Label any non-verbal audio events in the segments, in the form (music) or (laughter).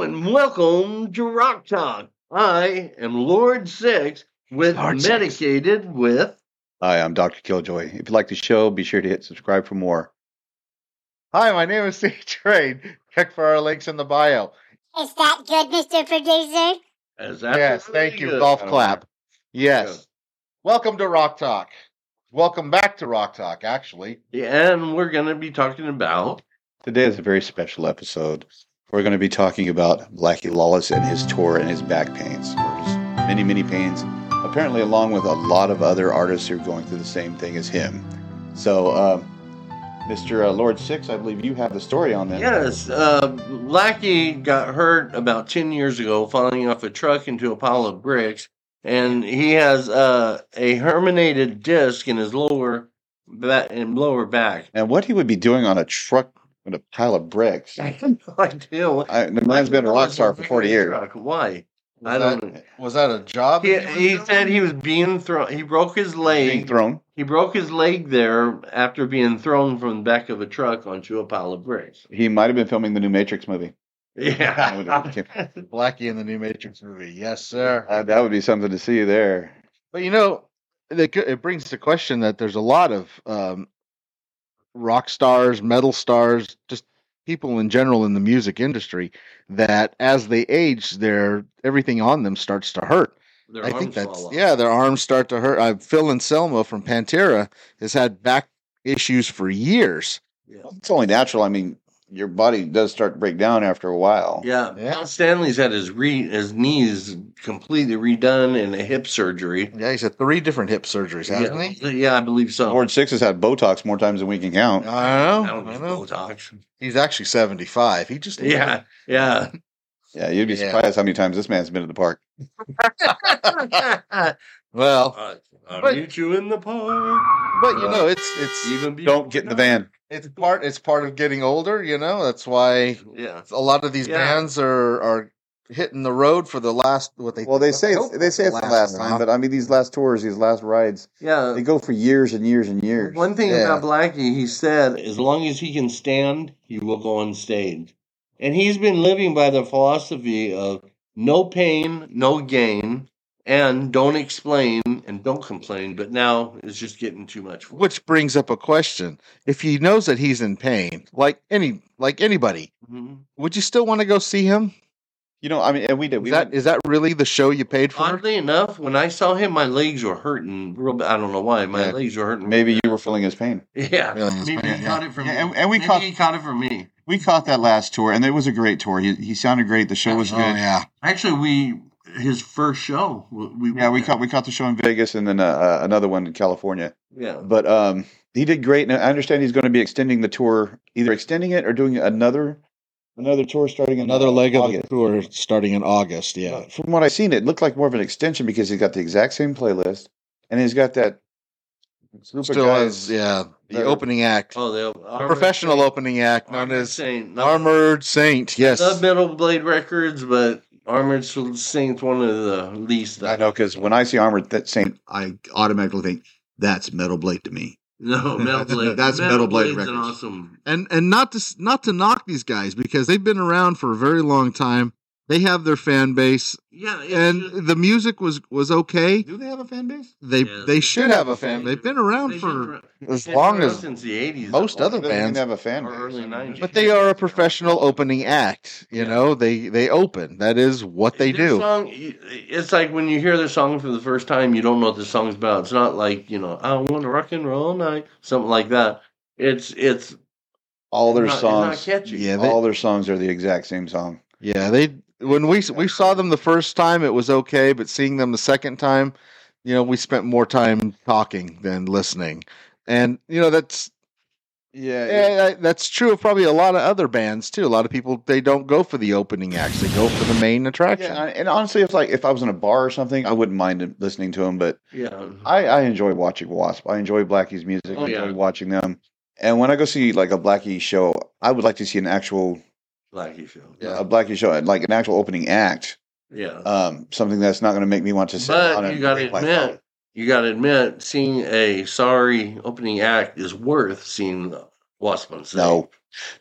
Welcome to Rock Talk. I am Lord Six with Lord Six. Medicated with. Hi, I'm Dr. Killjoy. If you like the show, be sure to hit subscribe for more. Hi, my name is (laughs) Steve Trade. Check for our links in the bio. Is that good, Mr. Producer? As yes, absolutely thank you. good. Golf clap. Yes. Yes. Welcome to Rock Talk. Welcome back to Rock Talk, actually. And we're going to be talking about Today is a very special episode. We're going to be talking about Blackie Lawless and his tour and his back pains, or his many, many pains, apparently, along with a lot of other artists who are going through the same thing as him. So, uh, Mr. Uh, Lord Six, I believe you have the story on that. Yes, uh, Blackie got hurt about 10 years ago falling off a truck into a pile of bricks, and he has uh, a herniated disc in his lower back and lower back. (laughs) And what he would be doing on a truck with a pile of bricks. I have no idea. I, the man's been a rock star for 40 years. Truck, Why? Was I don't that, know. Was that a job? He, that you were he doing? said he was being thrown. He broke his Being leg. thrown. He broke his leg there after being thrown from the back of a truck onto a pile of (laughs) bricks. He might have been filming the new Matrix movie. (laughs) I would Yeah. have- Blackie in the New Matrix movie. Yes, sir. Uh, that would be something to see there. But you know, it, co- it brings the question that there's a lot of um, rock stars, metal stars, just people in general in the music industry that as they age, their everything on them starts to hurt. Their I arms think that's fall off. yeah. Their arms start to hurt. Uh, Phil Anselmo from Pantera has had back issues for years. Yeah. It's only natural. I mean, your body does start to break down after a while. Yeah, Yeah. Pat Stanley's had his re his knees completely redone and a hip surgery. Yeah, he's had three different hip surgeries, hasn't yeah. he? Yeah, I believe so. Lord Six has had Botox more times than we can I count. I don't don't know. I use know. Botox. He's actually seventy-five. He just Yeah, (laughs) yeah. Yeah, you'd be Yeah. surprised how many times this man's been to the park. Well, I- I'll But- meet Uh, you in the park. but you know, it's it's Even before Don't get in the dark. van. it's part it's part of getting older. You know, that's why Yeah. a lot of these Yeah. bands are are hitting the road for the last what they Well, they say hope it's, they say it's the last one, time, huh? but I mean these last tours, these last rides, Yeah. they go for years and years and years. One thing Yeah. about Blackie, he said, as long as he can stand, he will go on stage. And he's been living by the philosophy of no pain, no gain, and don't explain and don't complain. But now it's just getting too much for him. which brings up a question: If he knows that he's in pain, like any like anybody, Mhm. would you still want to go see him? you know, I mean, and we did. Is We that went- is that really the show you paid Mm-hmm. for? Oddly enough, when I saw him, my legs were hurting. Real bad. I don't know why. My Yeah. legs were hurting. maybe you were feeling his pain. Yeah. Really, Maybe he yeah, yeah. caught it from Yeah, me. and- and we Maybe caught- he caught it from me. We caught that last tour, and it was a great tour. He he sounded great. The show was Oh good. yeah, Actually, we his first show. We, Yeah, we caught we caught the show in Vegas, and then uh, uh, another one in California. Yeah. but um, he did great. And I understand he's going to be extending the tour, either extending it or doing another another tour starting in another leg of the August. tour starting in August. Yeah, From what I've seen, it looked like more of an extension because he's got the exact same playlist, and he's got that group of still guys. has yeah the that are- opening act, Oh, the a Armored professional Saint- opening act known Armored as Saint, not Armored Saint. Yes, not Metal Blade Records, but Armored Saint's one of the least. I know because when I see Armored that Saint, I automatically think that's Metal Blade to me. (laughs) No, Metal (laughs) Blade. That's Metal Blade Blade's an Records. awesome. and and not to s- not to knock these guys because they've been around for a very long time. They have their fan base, Yeah, it's just- and the music was was okay. Do they have a fan base? They Yeah. they should have a fan. They've been around they've been for around- as been long around as since the eighties. most other They didn't bands. have a fan Or base. early 90s. But But they are a professional opening act. You Yeah. know, they they open. That is what they Their do. Song, it's like when you hear the song for the first time, you don't know what the song's about. It's not like you know, I want to rock and roll night, something like that. It's it's all their not, it's songs, not catchy. Yeah, they, all their songs are the exact same song. yeah, they. When we we saw them the first time, it was okay. But seeing them the second time, you know, we spent more time talking than listening, and you know that's Yeah, yeah, I- that's true of probably a lot of other bands too. A lot of people they don't go for the opening acts; they go for the main attraction. Yeah, and honestly, if like if I was in a bar or something, I wouldn't mind listening to him. But yeah. I, I enjoy watching Wasp. I enjoy Blackie's music. Oh, I enjoy yeah. watching them. And when I go see like a Blackie show, I would like to see an actual Blackie film. Yeah. a Blackie show, like an actual opening act. Yeah. Um, something that's not going to make me want to sit. But on a you gotta break by admit- phone. you got to admit, seeing a sorry opening act is worth seeing Wasp on stage. no,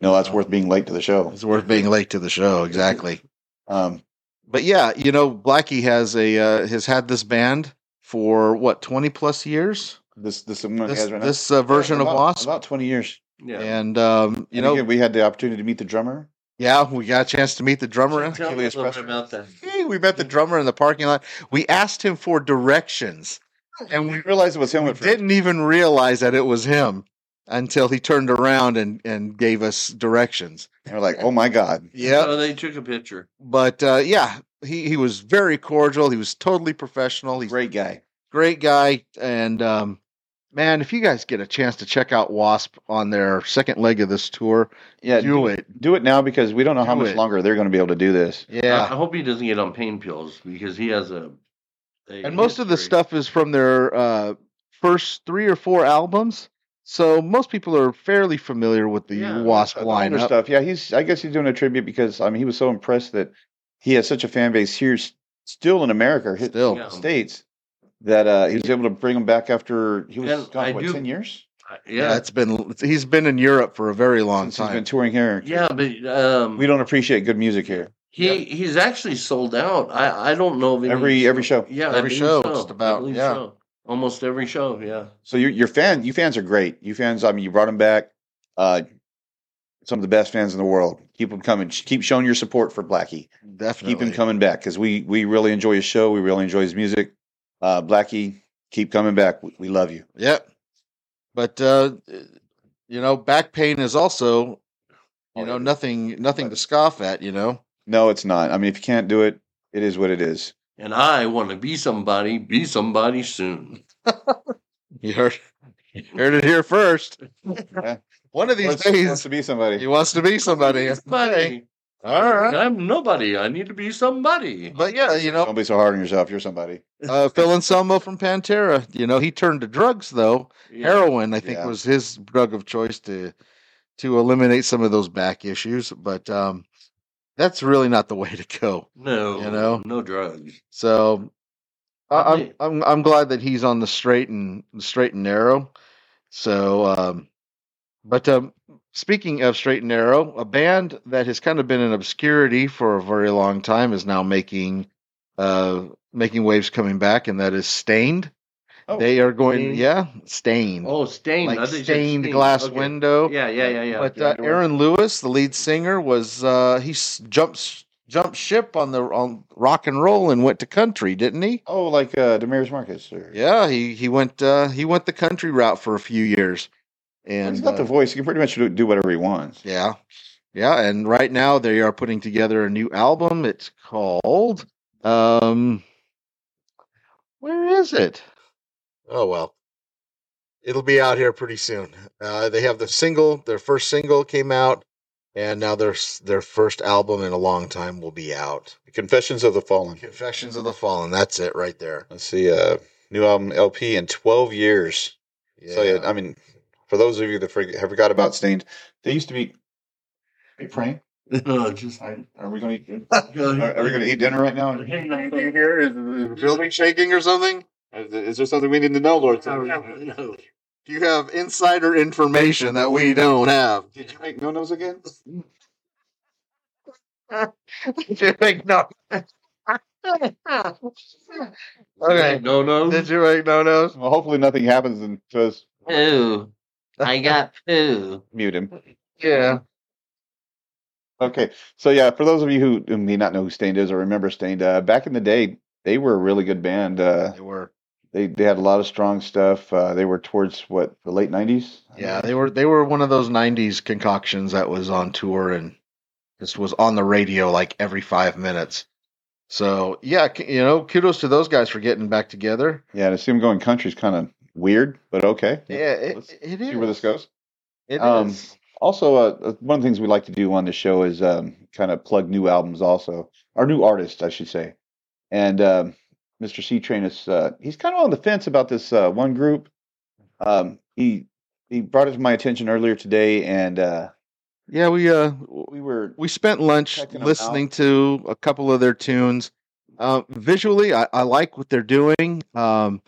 no, that's worth being late to the show. it's worth being late to the show. Exactly. Um, But yeah, you know, Blackie has a uh, has had this band for what twenty plus years. this this one This, has right now. this uh, version about, of Wasp, about twenty years. Yeah. and um, you And know, again, we had the opportunity to meet the drummer. yeah, we got a chance to meet the drummer. Tell me a Achilles little bit Preston. about that. Hey, we met the drummer in the parking lot. We asked him for directions, and we We realized it was him. we at first. didn't even realize that it was him until he turned around and and gave us directions. And we're like, oh my god. Yeah, So they took a picture. but uh, yeah, he he was very cordial. He was totally professional. He's a Great guy. great guy, and um, man, if you guys get a chance to check out Wasp on their second leg of this tour, Yeah, do, do it. do it now because we don't know how Do much it. longer they're going to be able to do this. I, I Yeah, hope he doesn't get on pain pills because he has a. a and most of the history. stuff is from their uh, first three or four albums. So most people are fairly familiar with the Yeah, Wasp Uh, the older lineup. stuff. Yeah, he's. I guess he's doing a tribute because I mean he was so impressed that he has such a fan base here, s- still in America, his Still, Yeah. states, that uh, he was able to bring him back after he was And I gone what do- ten years I- yeah, Yeah. it's been he's been in Europe for a very long since he's time. been touring here. Yeah, but um, We don't appreciate good music here. he he's actually sold out. I I don't know of any, Every every show. yeah I every believe show, so. just I about, believe yeah. so. almost every show. Yeah. So your your fan you fans are great. You fans, I mean, you brought him back. Uh, some of the best fans in the world. Keep them coming. Sh- Keep showing your support for Blackie. Definitely, Keep him coming back because we we really enjoy his show. We really enjoy his music. Uh, Blackie, keep coming back. We, we love you. Yep. But uh you know, back pain is also you Oh, know yeah. nothing nothing to scoff at, you know. No, it's not. I mean, if you can't do it, it is what it is. And I want to be somebody. Be somebody soon. You heard (laughs) heard it here (laughs) first. (laughs) One of these Wants- days wants to be somebody. he wants to be somebody. Somebody. All right. I'm nobody. I need to be somebody. But yeah, you know, (laughs) Don't be so hard on yourself. You're somebody. uh Phil Anselmo from Pantera, you know, he turned to drugs though. Yeah. Heroin, I think, Yeah. was his drug of choice to to eliminate some of those back issues. But um that's really not the way to go. No, You know? no drugs. So I, I'm Probably- I'm I'm glad that he's on the straight and the straight and narrow. So, um, but um, speaking of straight and narrow, a band that has kind of been in obscurity for a very long time is now making uh making waves coming back, and that is Stained. Oh, they are going, Stained. yeah, Stained, Oh, stained. I like thought you said stained, glass Okay. window. Yeah, yeah, yeah, yeah. But yeah, uh, there were- Aaron Lewis, the lead singer, was uh, he s- jumps jumped ship on the on rock and roll and went to country, didn't he? Oh, like uh, Damaris Marcus. Or, Yeah, he he went uh, he went the country route for a few years, and he's got the uh, voice. He can pretty much do, do whatever he wants. yeah, yeah. And right now they are putting together a new album. It's called um, where is it? Oh well, it'll be out here pretty soon. Uh, they have the single, their first single came out, and now their s- their first album in a long time will be out. Confessions of the Fallen. Confessions of the Fallen. That's it right there. Let's see. Uh, new album LP in 12 years. So yeah, I mean, for those of you that forg- have forgot about Stained, they used to be. Hey Frank, (laughs) no, just. (laughs) are, are we going to eat? Are, are we (laughs) going to eat dinner right now? here? Is the building shaking or something? Is, there something we need to know, Lord? No, Do you have insider information that we don't have? Did you Make no nos again? Did you make no? okay. no, no. Did you make no nos? Well, hopefully nothing happens and just (laughs) Poo. I (laughs) got poo. mute him. Yeah. Okay, so yeah, for those of you who, who may not know who Stained is or remember Stained, uh, back in the day, they were a really good band. Uh, They were. they they had a lot of strong stuff. Uh, they were towards what the late nineties. Yeah, they were. They were one of those '90s concoctions that was on tour and just was on the radio like every five minutes. So yeah, c- you know, kudos to those guys for getting back together. yeah. And I see them going country's kind of weird, but okay. Yeah, it, Let's it is. see where this goes. It Um, is. Also, uh, uh, one of the things we like to do on the show is um, kind of plug new albums, also or new artists, I should say. And um, Mr. C Train is uh, he's kind of on the fence about this uh, one group. Um, he he brought it to my attention earlier today, and uh, Yeah, we uh we were we spent lunch Checking 'em listening to a couple of their tunes. Uh, visually, I, I like what they're doing. Um,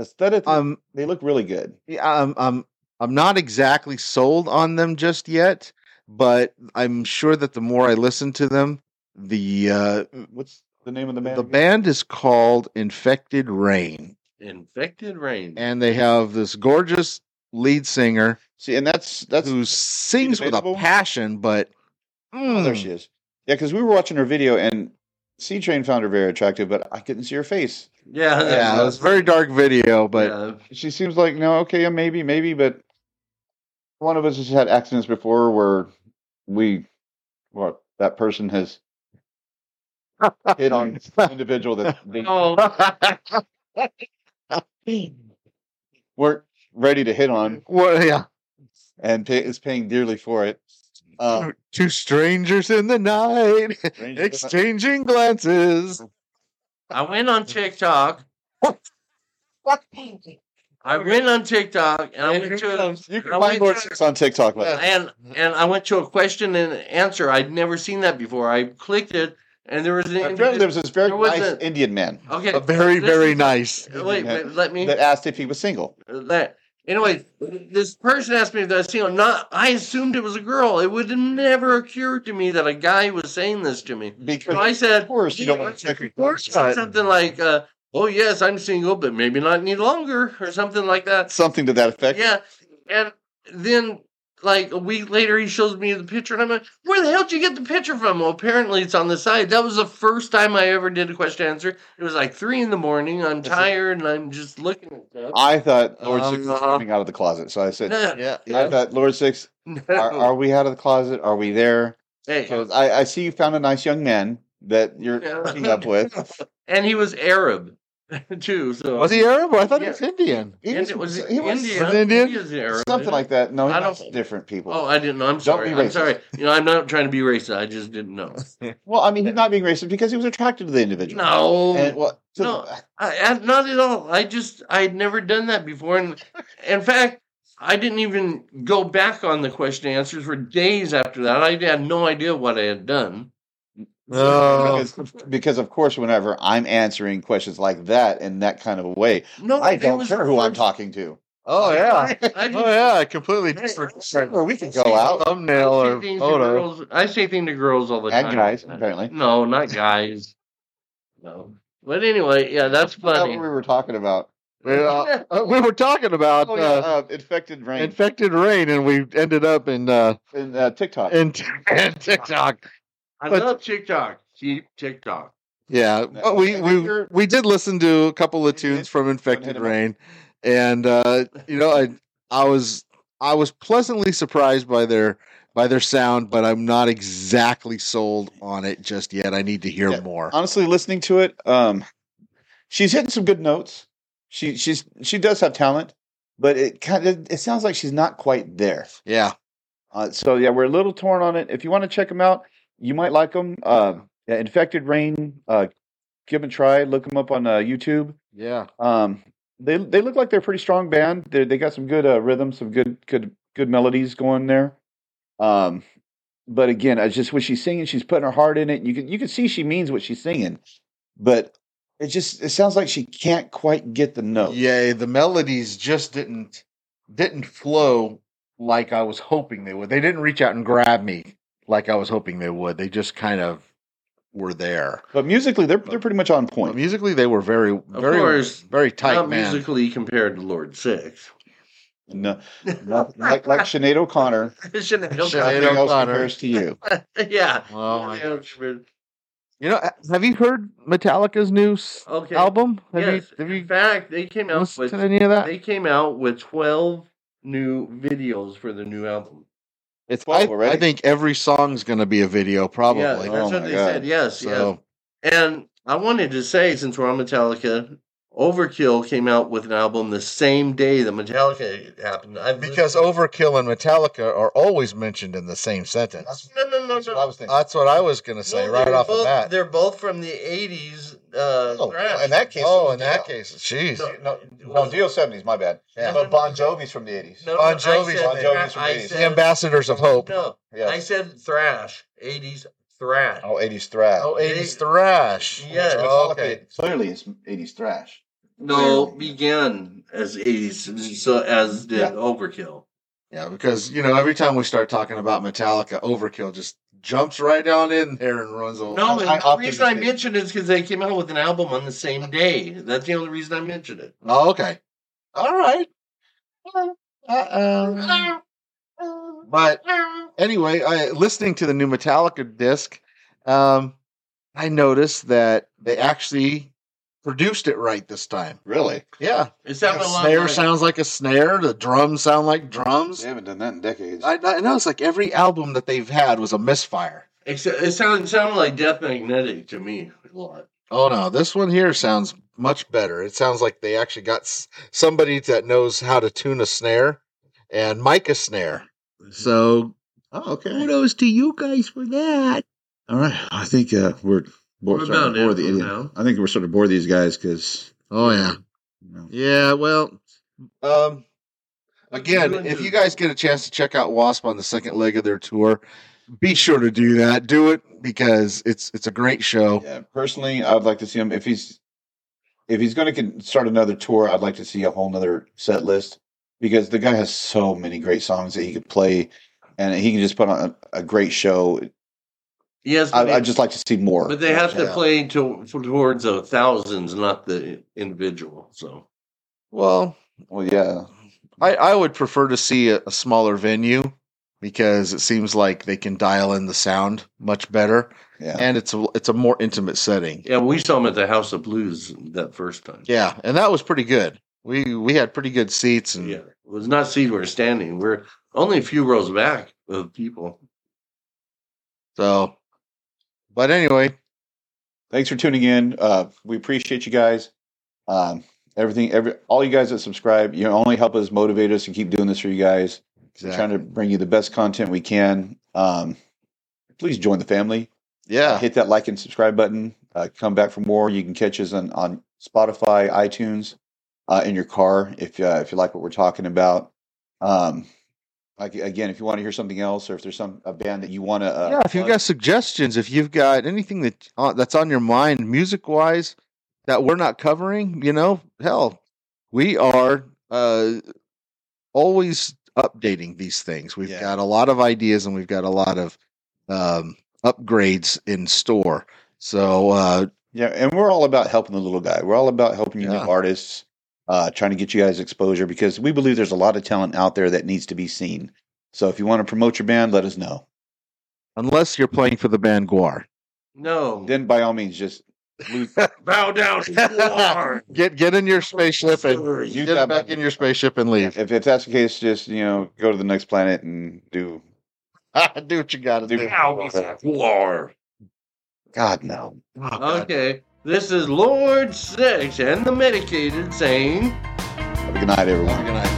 aesthetically I'm they look really good. yeah, I'm I'm I'm not exactly sold on them just yet, but I'm sure that the more I listen to them, The uh, What's the name of Mm. the band? the band is called Infected Rain, Infected Rain. and they have this gorgeous lead singer See, and that's that's who sings with a debatable. passion, but Oh, there mm, she is. Yeah, because we were watching her video, and C Train found her very attractive, but I couldn't see her face. yeah, yeah, it's a very dark video, but yeah. She seems like no, okay, yeah, maybe, maybe, but one of us has had accidents before where we, what that (laughs) person has hit on an individual (laughs) that they Oh, (laughs) weren't ready to hit on, Well, yeah, and pay, is paying dearly for it. Uh, two strangers in the night exchanging glances. I went on TikTok. I went on TikTok and I went to you can I find went Lord to- Six on TikTok. Like, and and I went to a question and answer. I'd never seen that before. I clicked it and there was an apparently, there was this very There was nice a- Indian man okay, A very, this very is- (laughs) nice. Wait, wait, let me that asked if he was single. that. Anyway, this person asked me if I seen it. Not, I assumed it was a girl. It would never occur to me that a guy was saying this to me. Because So I said, of course you don't want to check your course not. something like, uh, "Oh yes, I'm single, but maybe not any longer," or something like that. something to that effect. Yeah, and then like a week later, he shows me the picture, and I'm like, "Where the hell did you get the picture from?" Well, apparently it's on the side. That was the first time I ever did a question answer. It was like three in the morning. I'm That's it. tired, and I'm just looking at stuff. I thought Lord Six was Uh-huh. coming out of the closet, so I (laughs) said, No, Yeah, I thought Lord Six, no. are, are we out of the closet? Are we there? Hey, Because I, I see you found a nice young man that you're Yeah. hooking up (laughs) with. and he was Arab (laughs) too. So was he Arab? I thought he Yeah. was Indian. He And it was he was Indian. was Indian? India's Arab. something like that. No, I that's don't- different people. Oh, I didn't know. I'm sorry. be I'm racist. sorry. You know, I'm not trying to be racist. I just didn't (laughs) know. well, I mean, he's not being racist because he was attracted to the individual. No, And, well, to- (laughs) No. I, I, not at all. I just I'd never done that before, and in fact, I didn't even go back on the question and answers for days after that. I had no idea what I had done. Oh, Because, because of course, whenever I'm answering questions like that in that kind of a way, No, I it don't was care the who I'm first- talking to. oh yeah, (laughs) I just, oh yeah. I completely (laughs) Hey, (laughs) Or we can go out thumbnail or say things to photo. girls- I say things to girls all the and time. Uh, guys, apparently. No, not guys. no. But anyway, yeah, that's That's what funny. we were talking about. Oh, Well, uh, we were talking about Oh, yeah, uh, uh, infected rain infected rain, and we ended up in uh, in uh, TikTok. in, (laughs) in TikTok. (laughs) I But- love TikTok. Keep TikTok. Yeah, but we we we did listen to a couple of tunes from Infected Rain, and uh, you know I I was I was pleasantly surprised by their by their sound, but I'm not exactly sold on it just yet. I need to hear Yeah. uh, more. Honestly, listening to it, um, she's hitting some good notes. She she's she does have talent, but it kind of it sounds like she's not quite there. Yeah, Uh, so yeah, we're a little torn on it. If you want to check them out, you might like them. Uh, yeah, infected rain. Uh, give them a try. Look them up on uh, YouTube. yeah, Um, they they look like they're a pretty strong band. They they got some good uh, rhythms, some good good good melodies going there. Um, but again, I just when she's singing, she's putting her heart in it. You can you can see she means what she's singing, but it just it sounds like she can't quite get the note. yay! The melodies just didn't didn't flow like I was hoping they would. They didn't reach out and grab me like I was hoping they would. They just kind of were there. But musically, they're they're pretty much on But point. musically, they were very very course, very tight. Not man. musically compared to Lord Six. (laughs) (laughs) No, no- like like Sinead O'Connor, Shouldn't have- Shouldn't nothing Sinead else O'Connor. compares to you. (laughs) yeah. Oh my You know, have you heard Metallica's new s- Okay. album? Have yes. you have In you fact, they came out listened with to any of that? they came out with twelve new videos for the new album. it's twelve I, already. I think every song's going to be a video, probably. Yeah, that's Oh what my they God. said. Yes, yes. so And I wanted to say, since we're on Metallica, Overkill came out with an album the same day that Metallica happened. I because Overkill and Metallica are always mentioned in the same sentence. no, no, no, no. I was thinking. That's what I was going to say No, right they're off both- the bat. they're both from the '80s. Uh, Oh, thrash. in that case, oh, in that yeah. case, jeez. No, No, no, Dio seventies. My bad. Yeah. But Bon Jovi's from the eighties. No, Bon I Jovi's- said Bon Jovi's thrash- from I the 80s. The said- ambassadors of hope. No, I said thrash. '80s thrash. Oh, 80s thrash. Oh, 80s thrash. Yes. Oh, okay. Clearly, it's 80s thrash. No, began as '80s, so as did Yeah. Overkill. Yeah, because you know every time we start talking about Metallica, Overkill just jumps right down in there and runs over. No, I and the often reason I think- mentioned it is because they came out with an album on the same day. That's the only reason I mentioned it. Oh, okay. All right. Uh, um, Uh-oh. But anyway, I, listening to the new Metallica disc, um, I noticed that they actually produced it right this time. Really? Yeah, Is that the what a lot snare of- sounds like a snare. The drums sound like drums. They haven't done that in decades. I, I know it's like every album that they've had was a misfire. Except it sounded sounded like Death Magnetic to me a lot. Oh no, this one here sounds much better. It sounds like they actually got s- somebody that knows how to tune a snare and mic a snare. Mm-hmm. So, oh, okay. Kudos to you guys for that. All right, I think uh, we're we're We're starting about to bore it the for idiot. now. I think we're sort of bore these guys because Oh yeah, yeah. Well, um, again, if you guys get a chance to check out Wasp on the second leg of their tour, be sure to do that. Do it because it's it's a great show. Yeah, personally, I would like to see him if he's if he's going to start another tour. I'd like to see a whole nother set list because the guy has so many great songs that he could play, and he can just put on a, a great show. Yes, I, but, I'd just like to see more. but they have to Yeah. play to, towards the thousands, not the individual. So Well, Well, yeah, I, I would prefer to see a, a smaller venue because it seems like they can dial in the sound much better, yeah. and it's a, it's a more intimate setting. yeah, we saw them at the House of Blues that first time. Yeah, and that was pretty good. We we had pretty good seats, and yeah, it was not seated. We're standing. We're only a few rows back of people. so. But anyway, Thanks for tuning in. Uh, we appreciate you guys. Um, everything, every all you guys that subscribe, you only help us motivate us and keep doing this for you guys. We're trying to bring you the best content we can. Um, please join the family. yeah, Hit that like and subscribe button. Uh, come back for more. You can catch us on, on Spotify, iTunes, uh, in your car if uh, if you like what we're talking about. Um, like again, if you want to hear something else, or if there's some a band that you want to, uh, yeah. If you've plug- got suggestions, if you've got anything that uh, that's on your mind, music wise, that we're not covering, you know, hell, we are uh, always updating these things. We've Yeah. got a lot of ideas, and we've got a lot of um, upgrades in store. So uh, yeah, and we're all about helping the little guy. We're all about helping you Yeah. new artists, uh, trying to get you guys exposure because we believe there's a lot of talent out there that needs to be seen. So if you want to promote your band, let us know. unless you're playing for the band Guar. No, Then by all means, just bow down. to Get get in your spaceship and War. You- get that back button. in your spaceship and leave. (laughs) if, if that's the case, just you know, go to the next planet and do. do what you got to do. Bow down to war. God no. Okay, this is Lord Six and the Medicated saying. Have a good night, everyone. Good night.